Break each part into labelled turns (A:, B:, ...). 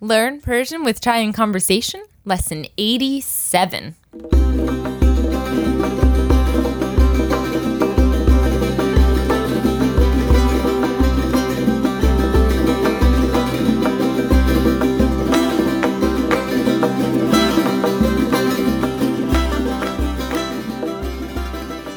A: Learn Persian with Chai in Conversation, Lesson 87.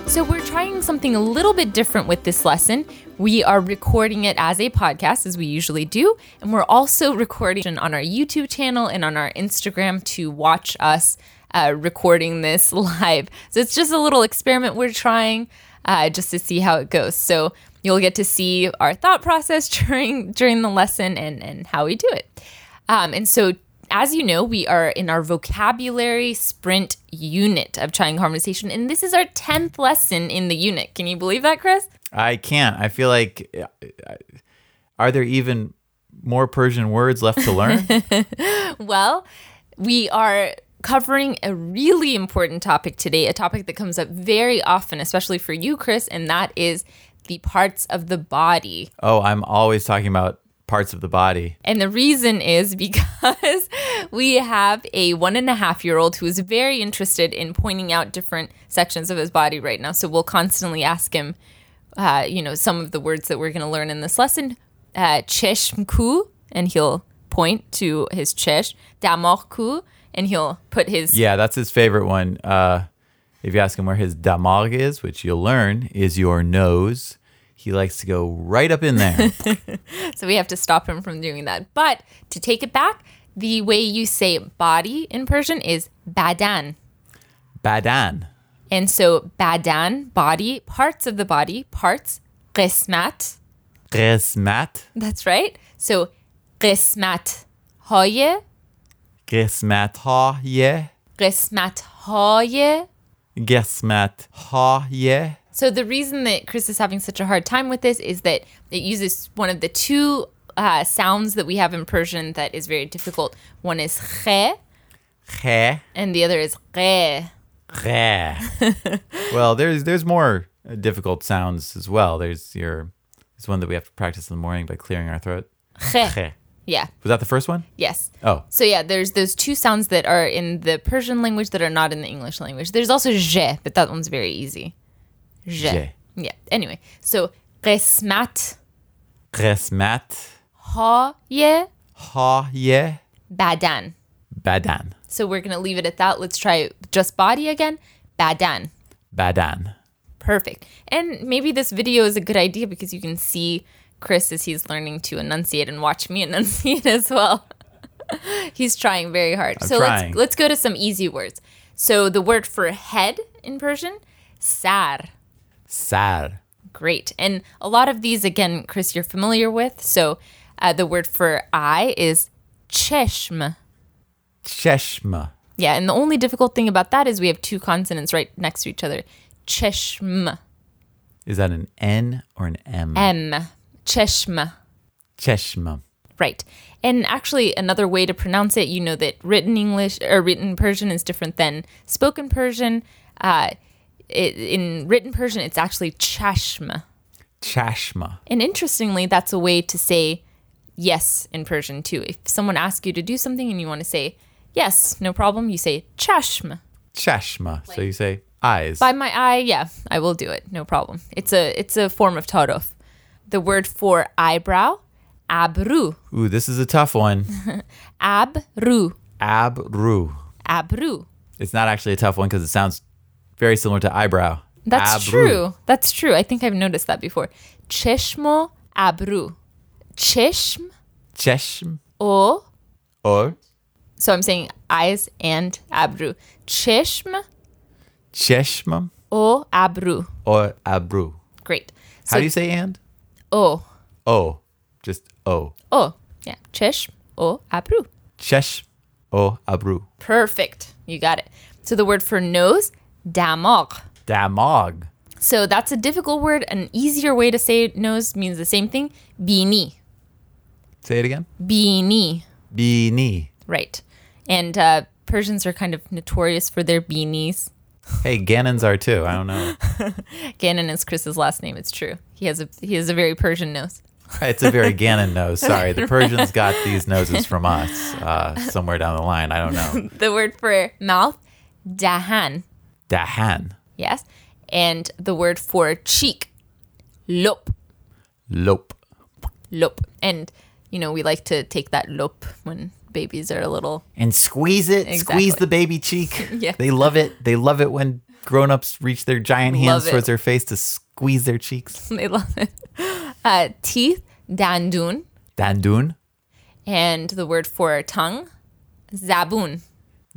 A: So, we're trying something a little bit different with this lesson. We are recording it as a podcast, as we usually do, and we're also recording it on our YouTube channel and on our Instagram to watch us uh, recording this live. So, it's just a little experiment we're trying uh, just to see how it goes. So, you'll get to see our thought process during during the lesson and, and how we do it. Um, and so as you know, we are in our vocabulary sprint unit of Trying Conversation, and this is our 10th lesson in the unit. Can you believe that, Chris?
B: I can't. I feel like uh, are there even more Persian words left to learn?
A: Well, we are covering a really important topic today, a topic that comes up very often, especially for you, Chris, and that is the parts of the body.
B: oh, I'm always talking about parts of the body.
A: And the reason is because we have a one and a half year old who is very interested in pointing out different sections of his body right now. So we'll constantly ask him, uh, you know, some of the words that we're going to learn in this lesson. Uh, cheshmku, and he'll point to his chesh. Damorku, and he'll put his.
B: Yeah, that's his favorite one. Uh, if you ask him where his damag is, which you'll learn is your nose, he likes to go right up in there.
A: So we have to stop him from doing that. But to take it back, the way you say body in Persian is badan.
B: Badan.
A: And so badan, body, parts of the body, parts, qismat,
B: Qismat.
A: that's right. So qismat های
B: Qismat ha ye.
A: قسمت های
B: Qismat ha ye.
A: So the reason that Chris is having such a hard time with this is that it uses one of the two uh, sounds that we have in Persian that is very difficult. One is khe
B: Khe.
A: and the other is qe.
B: Bleh. well, there's there's more uh, difficult sounds as well. There's your it's one that we have to practice in the morning by clearing our throat.
A: Khe.
B: Bleh.
A: Yeah.
B: Was that the first one?
A: Yes.
B: Oh,
A: So yeah, there's those two sounds that are in the Persian language that are not in the English language. There's also je, but that one's very easy. Je.
B: Je.
A: Yeah. Anyway, so قسمت
B: qismat
A: های
B: ha ye
A: badan.
B: badan
A: So we're gonna leave it at that. Let's try just body again. Badan.
B: badan.
A: Perfect. And maybe this video is a good idea because you can see Chris as he's learning to enunciate and watch me enunciate as well. he's trying very hard. so
B: trying.
A: let's let's go to some easy words. So the word for head in Persian, sar.
B: Sar
A: Great. And a lot of these again, Chris, you're familiar with. So uh, the word for eye is cheshm.
B: cheshma
A: Yeah, and the only difficult thing about that is we have two consonants right next to each other. Cheshm.
B: is that an n or an m?
A: M. Cheshm.
B: Cheshma.
A: Right. And actually, another way to pronounce it, you know that written English or written Persian is different than spoken Persian. Uh, it, in written Persian, it's actually chashma.
B: Chashma.
A: And interestingly, that's a way to say yes in Persian too. If someone asks you to do something and you want to say yes, no problem, you say chashma.
B: Chashma. so you say eyes.
A: By my eye, yeah, I will do it, no problem. It's a it's a form of tarof. The word for eyebrow, abru,
B: Ooh, this is a tough one.
A: abru,
B: Abru.
A: abru.
B: It's not actually a tough one because it sounds very similar to eyebrow.
A: That's
B: Abru.
A: true. That's true. I think I've noticed that before. Cheshmo abru. Cheshm
B: Cheshm
A: o.
B: or
A: So I'm saying eyes and abru. Cheshm
B: Cheshma
A: o abru.
B: or abru.
A: Great. So
B: How do you say and?
A: o.
B: Oh, just oh.
A: O. Yeah. Cheshm o abru.
B: Chesh o abru.
A: Perfect. You got it. So the word for nose, damag.
B: Damog.
A: So that's a difficult word. An easier way to say nose means the same thing. Beanie.
B: Say it again.
A: Beanie.
B: Beanie.
A: Right. And uh, Persians are kind of notorious for their beanies.
B: Hey, Gannon's are too. I don't know.
A: Gannon is Chris's last name. It's true. He has a he has a very Persian nose.
B: It's a very Gannon nose. Sorry, the Persians got these noses from us uh, somewhere down the line. I don't know.
A: the word for mouth, dahan.
B: Dahan,
A: Yes. And the word for cheek, lop,
B: lop,
A: lop. And, you know, we like to take that lop when babies are a little.
B: and squeeze it. Squeeze
A: Exactly.
B: the baby cheek.
A: Yeah.
B: They love it. They love it when grown-ups reach their giant hands
A: Love it.
B: towards their face to squeeze their cheeks.
A: They love it. Uh, teeth, dandun.
B: Dandun,
A: And the word for tongue, zabun.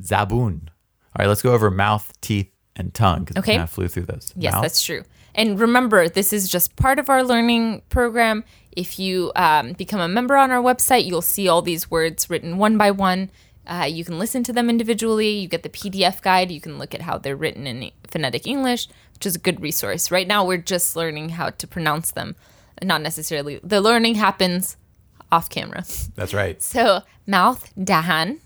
B: zabun. All right, let's go over mouth, teeth, and tongue. 'cause we
A: Okay.
B: kinda flew through those.
A: Yes,
B: Mouth.
A: that's true. And remember, this is just part of our learning program. If you um, become a member on our website, you'll see all these words written one by one. Uh, you can listen to them individually. You get the PDF guide. You can look at how they're written in phonetic English, which is a good resource. Right now, we're just learning how to pronounce them, not necessarily. The learning happens off camera.
B: that's right.
A: So, mouth, dahan,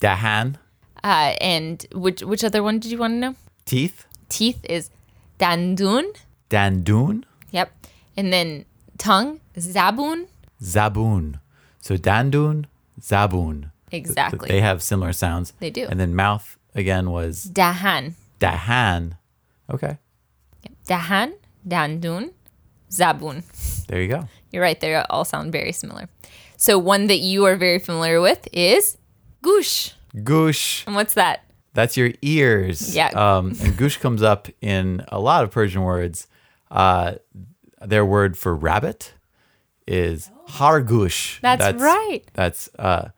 B: Dahan,
A: uh, and which which other one did you want to know?
B: teeth,
A: Teeth is dandun.
B: dandun.
A: Yep. And then tongue, zabun.
B: Zabun. So dandun, zabun.
A: Exactly.
B: They have similar sounds.
A: They do.
B: And then mouth again was
A: Dahan.
B: dahan. Okay.
A: Dahan, dandun, zabun.
B: There you go.
A: You're right, they all sound very similar. So one that you are very familiar with is gush.
B: Gush.
A: And what's that?
B: That's your ears.
A: Yeah.
B: Um, and gush comes up in a lot of Persian words. Uh, their word for rabbit is hargush.
A: That's right.
B: That's uh,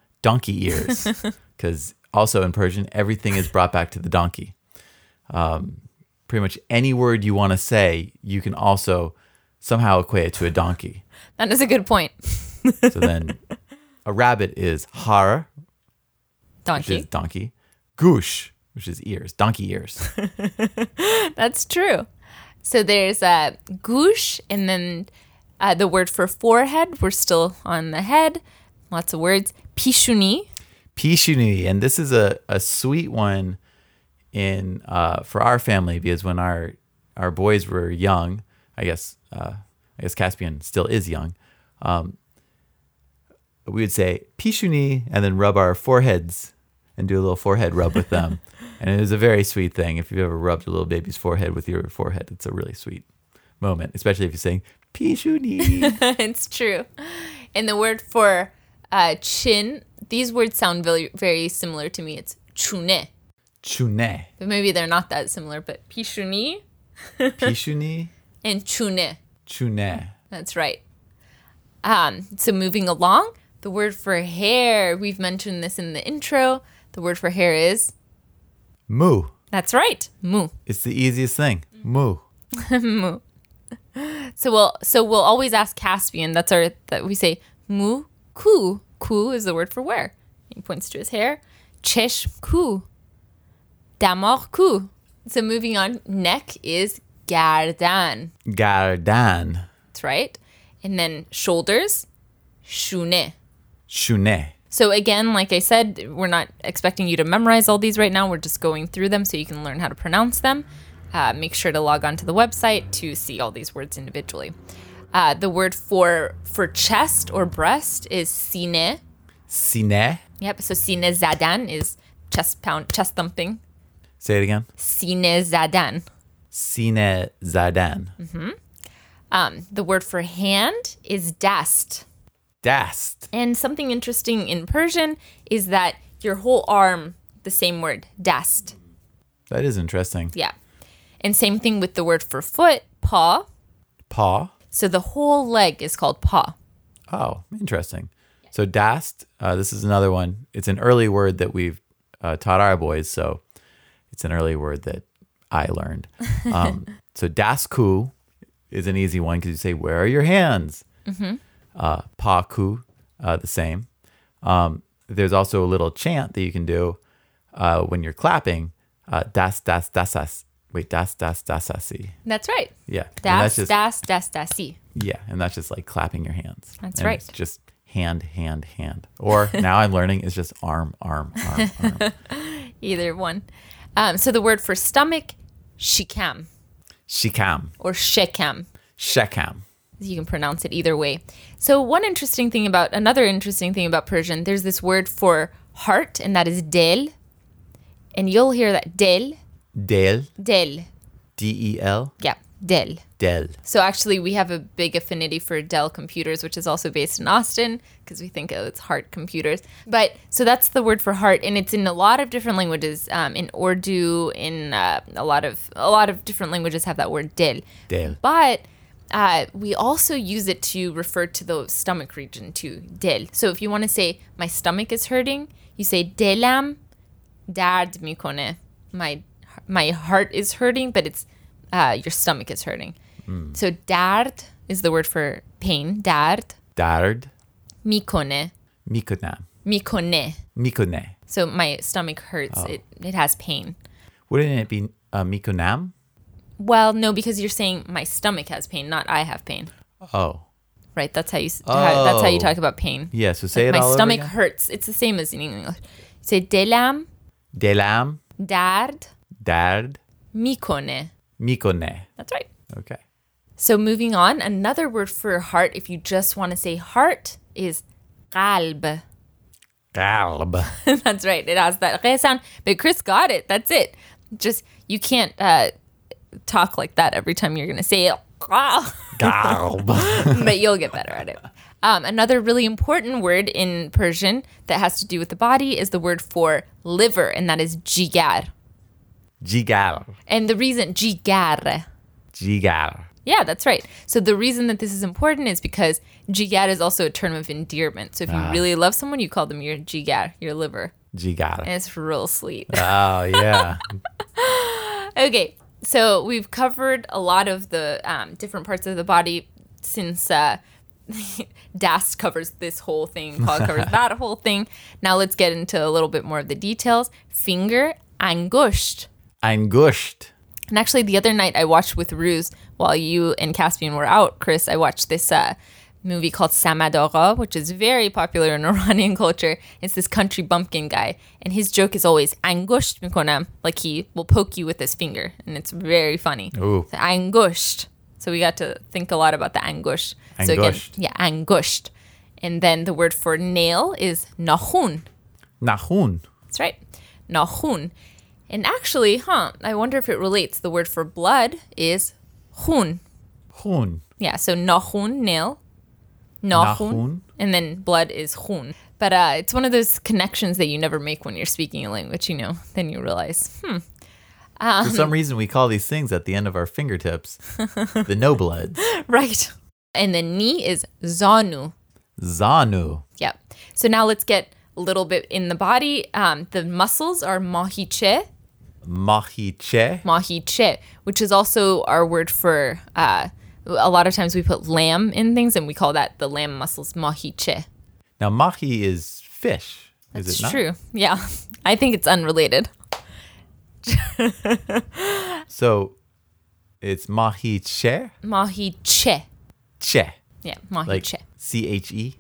B: donkey ears. Because also in Persian, everything is brought back to the donkey. Um, pretty much any word you want to say, you can also somehow equate it to a donkey.
A: That is a good point.
B: So then a rabbit is har, which
A: Donkey.
B: is donkey, goosh, which is ears, donkey ears.
A: That's true. So there's uh, gush and then uh, the word for forehead. We're still on the head. Lots of words. Pishuni.
B: Pishuni, and this is a, a sweet one in uh, for our family because when our our boys were young, I guess uh, I guess Caspian still is young. Um, we would say Pishuni and then rub our foreheads and do a little forehead rub with them, and it is a very sweet thing. If you've ever rubbed a little baby's forehead with your forehead, it's a really sweet moment, especially if you're saying Pishuni.
A: it's true. And the word for uh, chin, these words sound very, very similar to me. It's chune,
B: Chune,
A: but maybe they're not that similar. But pishuni
B: Pishuni,
A: and chune.
B: Chune.
A: That's right. Um, so moving along, the word for hair, we've mentioned this in the intro. The word for hair is,
B: Moo.
A: that's right, mu.
B: It's the easiest thing. Moo.
A: So we'll so we'll always ask Caspian. That's our that we say mu ku ku is the word for where. He points to his hair. Chesh ku. Damar ku. So moving on, neck is gardan.
B: Gardan.
A: That's right. And then shoulders, shune.
B: Shune.
A: So again, like I said, we're not expecting you to memorize all these right now. We're just going through them so you can learn how to pronounce them. Uh, make sure to log on to the website to see all these words individually. Uh, the word for for chest or breast is sine.
B: Sine.
A: Yep. So sine zadan is chest pound, chest thumping.
B: Say it again.
A: Sine zadan.
B: Sine Zadan.
A: Um, the word for hand is dast.
B: Dast.
A: And something interesting in Persian is that your whole arm, the same word, dast.
B: That is interesting.
A: Yeah. And same thing with the word for foot, paw.
B: Paw.
A: So the whole leg is called paw.
B: Oh, interesting. So dast, uh, this is another one. It's an early word that we've uh, taught our boys, so it's an early word that I learned. Um, so dasku is an easy one because you say, "Where are your hands?" Uh, paku, uh, the same. Um, there's also a little chant that you can do uh, when you're clapping. Uh, das das dasas. Wait, das das dasasi.
A: That's right.
B: Yeah, and
A: Das,
B: just
A: das, das, dasi.
B: yeah, and that's just like clapping your hands.
A: That's
B: And
A: right.
B: It's just hand, hand, hand. Or now I'm learning it's just arm, arm, arm, arm.
A: Either one. Um, so the word for stomach, shikam
B: Shikam,
A: or shekam.
B: shekam,
A: You can pronounce it either way. So, one interesting thing about another interesting thing about Persian, there's this word for heart, and that is del. And you'll hear that del,
B: Del,
A: del.
B: D E L,
A: Yeah, del.
B: Del.
A: So, actually, we have a big affinity for Dell computers, which is also based in Austin because we think, oh, it's heart computers. But so that's the word for heart, and it's in a lot of different languages. Um, in Urdu, in uh, a lot of a lot of different languages have that word dil.
B: Dil.
A: But uh, we also use it to refer to the stomach region too, dil. So if you want to say my stomach is hurting, you say delam dard mikone. My my heart is hurting, but it's uh, your stomach is hurting. So dard is the word for pain. Dard
B: Dard,
A: mikone
B: Mikona,
A: mikone.
B: Mikone.
A: So my stomach hurts. It it has pain.
B: Wouldn't it be uh, Mikonam?
A: Well, no, because you're saying my stomach has pain, not I have pain.
B: Oh,
A: Right? That's how you s how, that's how you
B: Oh.
A: talk about pain.
B: yeah. So say it
A: my
B: all
A: stomach
B: over again.
A: hurts. It's the same as in English. You say delam
B: Delam,
A: dard
B: Dard,
A: mikone.
B: Mikone.
A: That's right.
B: Okay.
A: So moving on, another word for heart, if you just want to say heart, is qalb.
B: Galb.
A: That's right. It has that re sound. But Chris got it. That's it. Just you can't uh, talk like that every time you're gonna say it. Ah.
B: Galb.
A: but you'll get better at it. Um, another really important word in Persian that has to do with the body is the word for liver, and that is jigar.
B: Jigar.
A: And the reason jigar,
B: Jigar.
A: yeah, that's right. So the reason that this is important is because jigar is also a term of endearment. So if you really love someone, you call them your jigar, your liver,
B: Jigar.
A: and it's real sweet.
B: Oh, yeah.
A: okay, so we've covered a lot of the um, different parts of the body since uh, Dast covers this whole thing, Paul covers that whole thing. Now let's get into a little bit more of the details. Finger, angusht.
B: Angusht.
A: And actually, the other night I watched with Ruse while you and Caspian were out, Chris. I watched this uh, movie called Samadora, which is very popular in Iranian culture. It's this country bumpkin guy, and his joke is always "angusht mikonam," like he will poke you with his finger, and it's very funny.
B: Ooh.
A: So, angusht. So we got to think a lot about the angush. So again,
B: Angusht.
A: yeah, angusht. And then the word for nail is nahun.
B: Nahun.
A: That's right. Nahun. And actually, huh, I wonder if it relates. The word for blood is hun.
B: Hun.
A: Yeah, so nahun, nail. Nahun.
B: Nahun.
A: And then blood is hun. But uh, it's one of those connections that you never make when you're speaking a language, you know. Then you realize, hmm,
B: For some reason, we call these things at the end of our fingertips the no bloods.
A: right. And then ni is zanu.
B: Zanu.
A: Yep. So now let's get a little bit in the body. Um, the muscles are mahiche,
B: Mahiche.
A: mahiche, which is also our word for. Uh, a lot of times we put lamb in things, and we call that the lamb muscles mahiche.
B: Now, mahi is fish. Is
A: It's
B: it not?
A: true. Yeah, I think it's unrelated.
B: So it's mahi che.
A: Mahiche.
B: Che.
A: Yeah,
B: Like
A: mahiche.
B: C H E.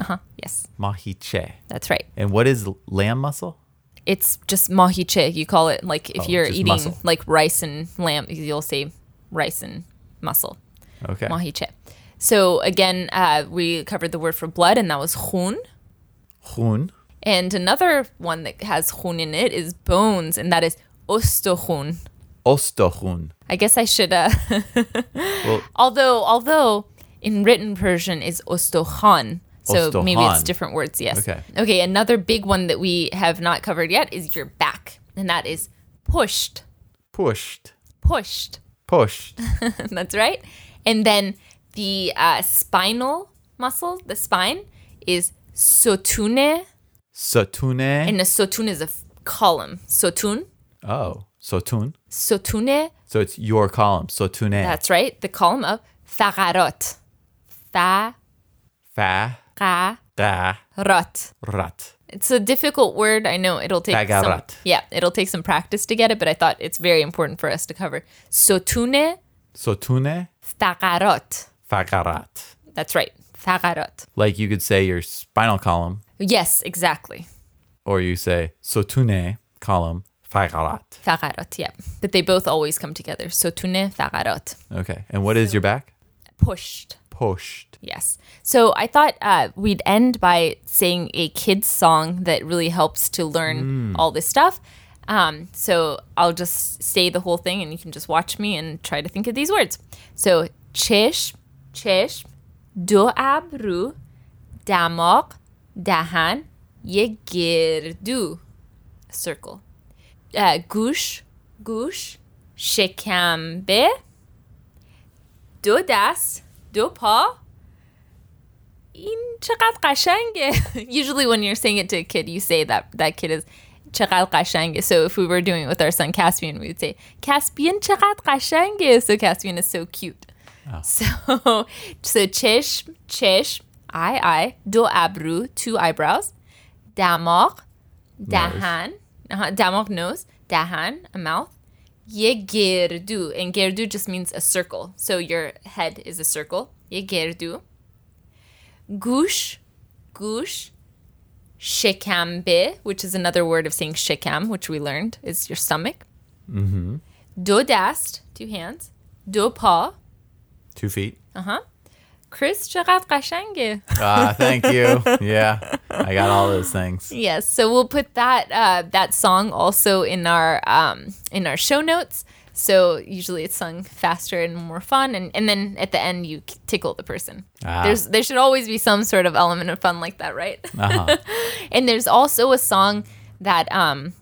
A: uh huh. Yes,
B: Mahi che.
A: that's right.
B: And what is lamb muscle?
A: It's just mahiche. You call it like if
B: Oh,
A: you're
B: just
A: eating
B: muscle.
A: like rice and lamb, you'll say rice and muscle.
B: Okay.
A: Mahiche. So again, uh, we covered the word for blood, and that was hun.
B: Hun.
A: And another one that has hun in it is bones, and that is ostohun.
B: Ostohun.
A: I guess I should. Uh,
B: Well,
A: although, although in written Persian is ostohan, so maybe it's
B: Ostohan.
A: different words. Yes.
B: Okay.
A: Okay. Another big one that we have not covered yet is your back, and that is pushed,
B: pushed.
A: pushed.
B: Pushed.
A: That's right. And then the uh, spinal muscle, the spine, is sotune.
B: Sotune.
A: And a sotune is a f- column. Sotun,
B: Oh, sotun.
A: sotune.
B: So it's your column. Sotune.
A: That's right. The column of thagarot.
B: Fa.
A: Thagarot.
B: Da. Rat.
A: It's a difficult word. I know it'll take some,
B: Thagarat.
A: yeah, it'll take some practice to get it, but I thought it's very important for us to cover. Sotune
B: Sotune.
A: thagarot.
B: Fagarat.
A: That's right. Thagarot.
B: Like you could say your spinal column,
A: Yes, exactly.
B: or you say sotune column fagarat.
A: Thagarot, yeah. But they both always come together. Sotune, thagarot.
B: Okay. And what is your back?
A: Pushed.
B: pushed.
A: Yes. So I thought uh, we'd end by saying a kid's song that really helps to learn all this stuff. Um, so I'll just say the whole thing and you can just watch me and try to think of these words. So, چشم, چشم, دو ابرو, دماغ, دهن, یه گردو, a circle. Uh, گوش, گوش, شکمبه, دو دست, دو پا, این چقدر قشنگه usually when you're saying it to a kid you say that that kid is چقدر قشنگه so if we were doing it with our son Caspian we would say Caspian چقدر قشنگه so Caspian is so cute so so چشم چشم eye eye دو ابرو two eyebrows دماغ دهن آها، دماغ uh-huh, nose دهن a mouth یه گردو and گردو just means a circle so your head is a circle یه گردو گوش گوش شکمبه which is another word of saying shekam which we learned is your stomach دو دست two hands دو پا
B: Two feet.
A: کریس چقدر قشنگه
B: Ah, thank you. Yeah, I got all those things.
A: Yes, so we'll put that uh, that song also in our um, in our show notes. So usually it's sung faster and more fun, and, and then at the end you tickle the person.
B: Ah.
A: There's there should always be some sort of element of fun like that, right?
B: Uh-huh.
A: and there's also a song that um,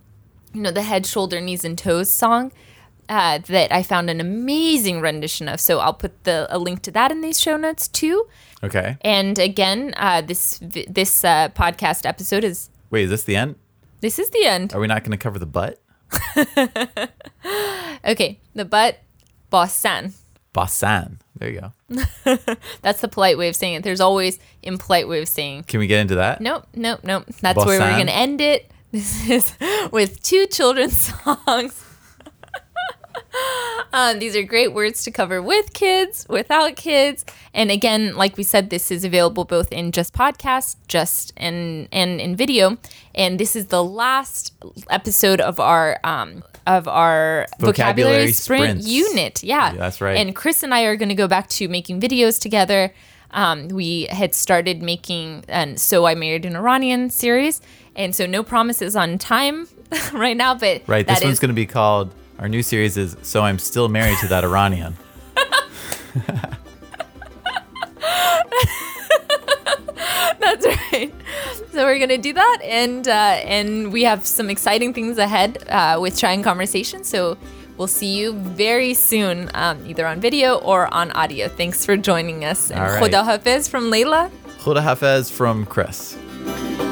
A: you know the head, shoulder, knees, and toes song. Uh, that I found an amazing rendition of, so I'll put the a link to that in these show notes too.
B: Okay.
A: And again, uh, this vi- this uh, podcast episode is
B: Wait, is this the end?
A: this is the end.
B: Are we not going to cover the butt?
A: Okay, the butt, bossan.
B: Basan. There you go.
A: That's the polite way of saying it. There's always impolite way of saying.
B: Can we get into that?
A: Nope, nope, nope. That's where we're
B: Bossan.
A: gonna end it. This is with two children's songs. um, these are great words to cover with kids, without kids, and again, like we said, this is available both in just podcast, just and and in video. And this is the last episode of our um, of our vocabulary,
B: Vocabulary
A: sprint
B: sprints.
A: unit. Yeah,
B: Yeah, that's right.
A: And Chris and I are going to go back to making videos together. Um, we had started making an "So I Married an Iranian" series, and so no promises on time right now. But
B: Right. This
A: that
B: one's
A: is-
B: going to be called. Our new series is "So I'm Still Married to That Iranian."
A: That's right. So we're gonna do that, and uh, and we have some exciting things ahead uh, with trying conversation. So we'll see you very soon, um, either on video or on audio. Thanks for joining us, and
B: All right.
A: Khuda Hafiz from Leila.
B: Khuda Hafez from Chris.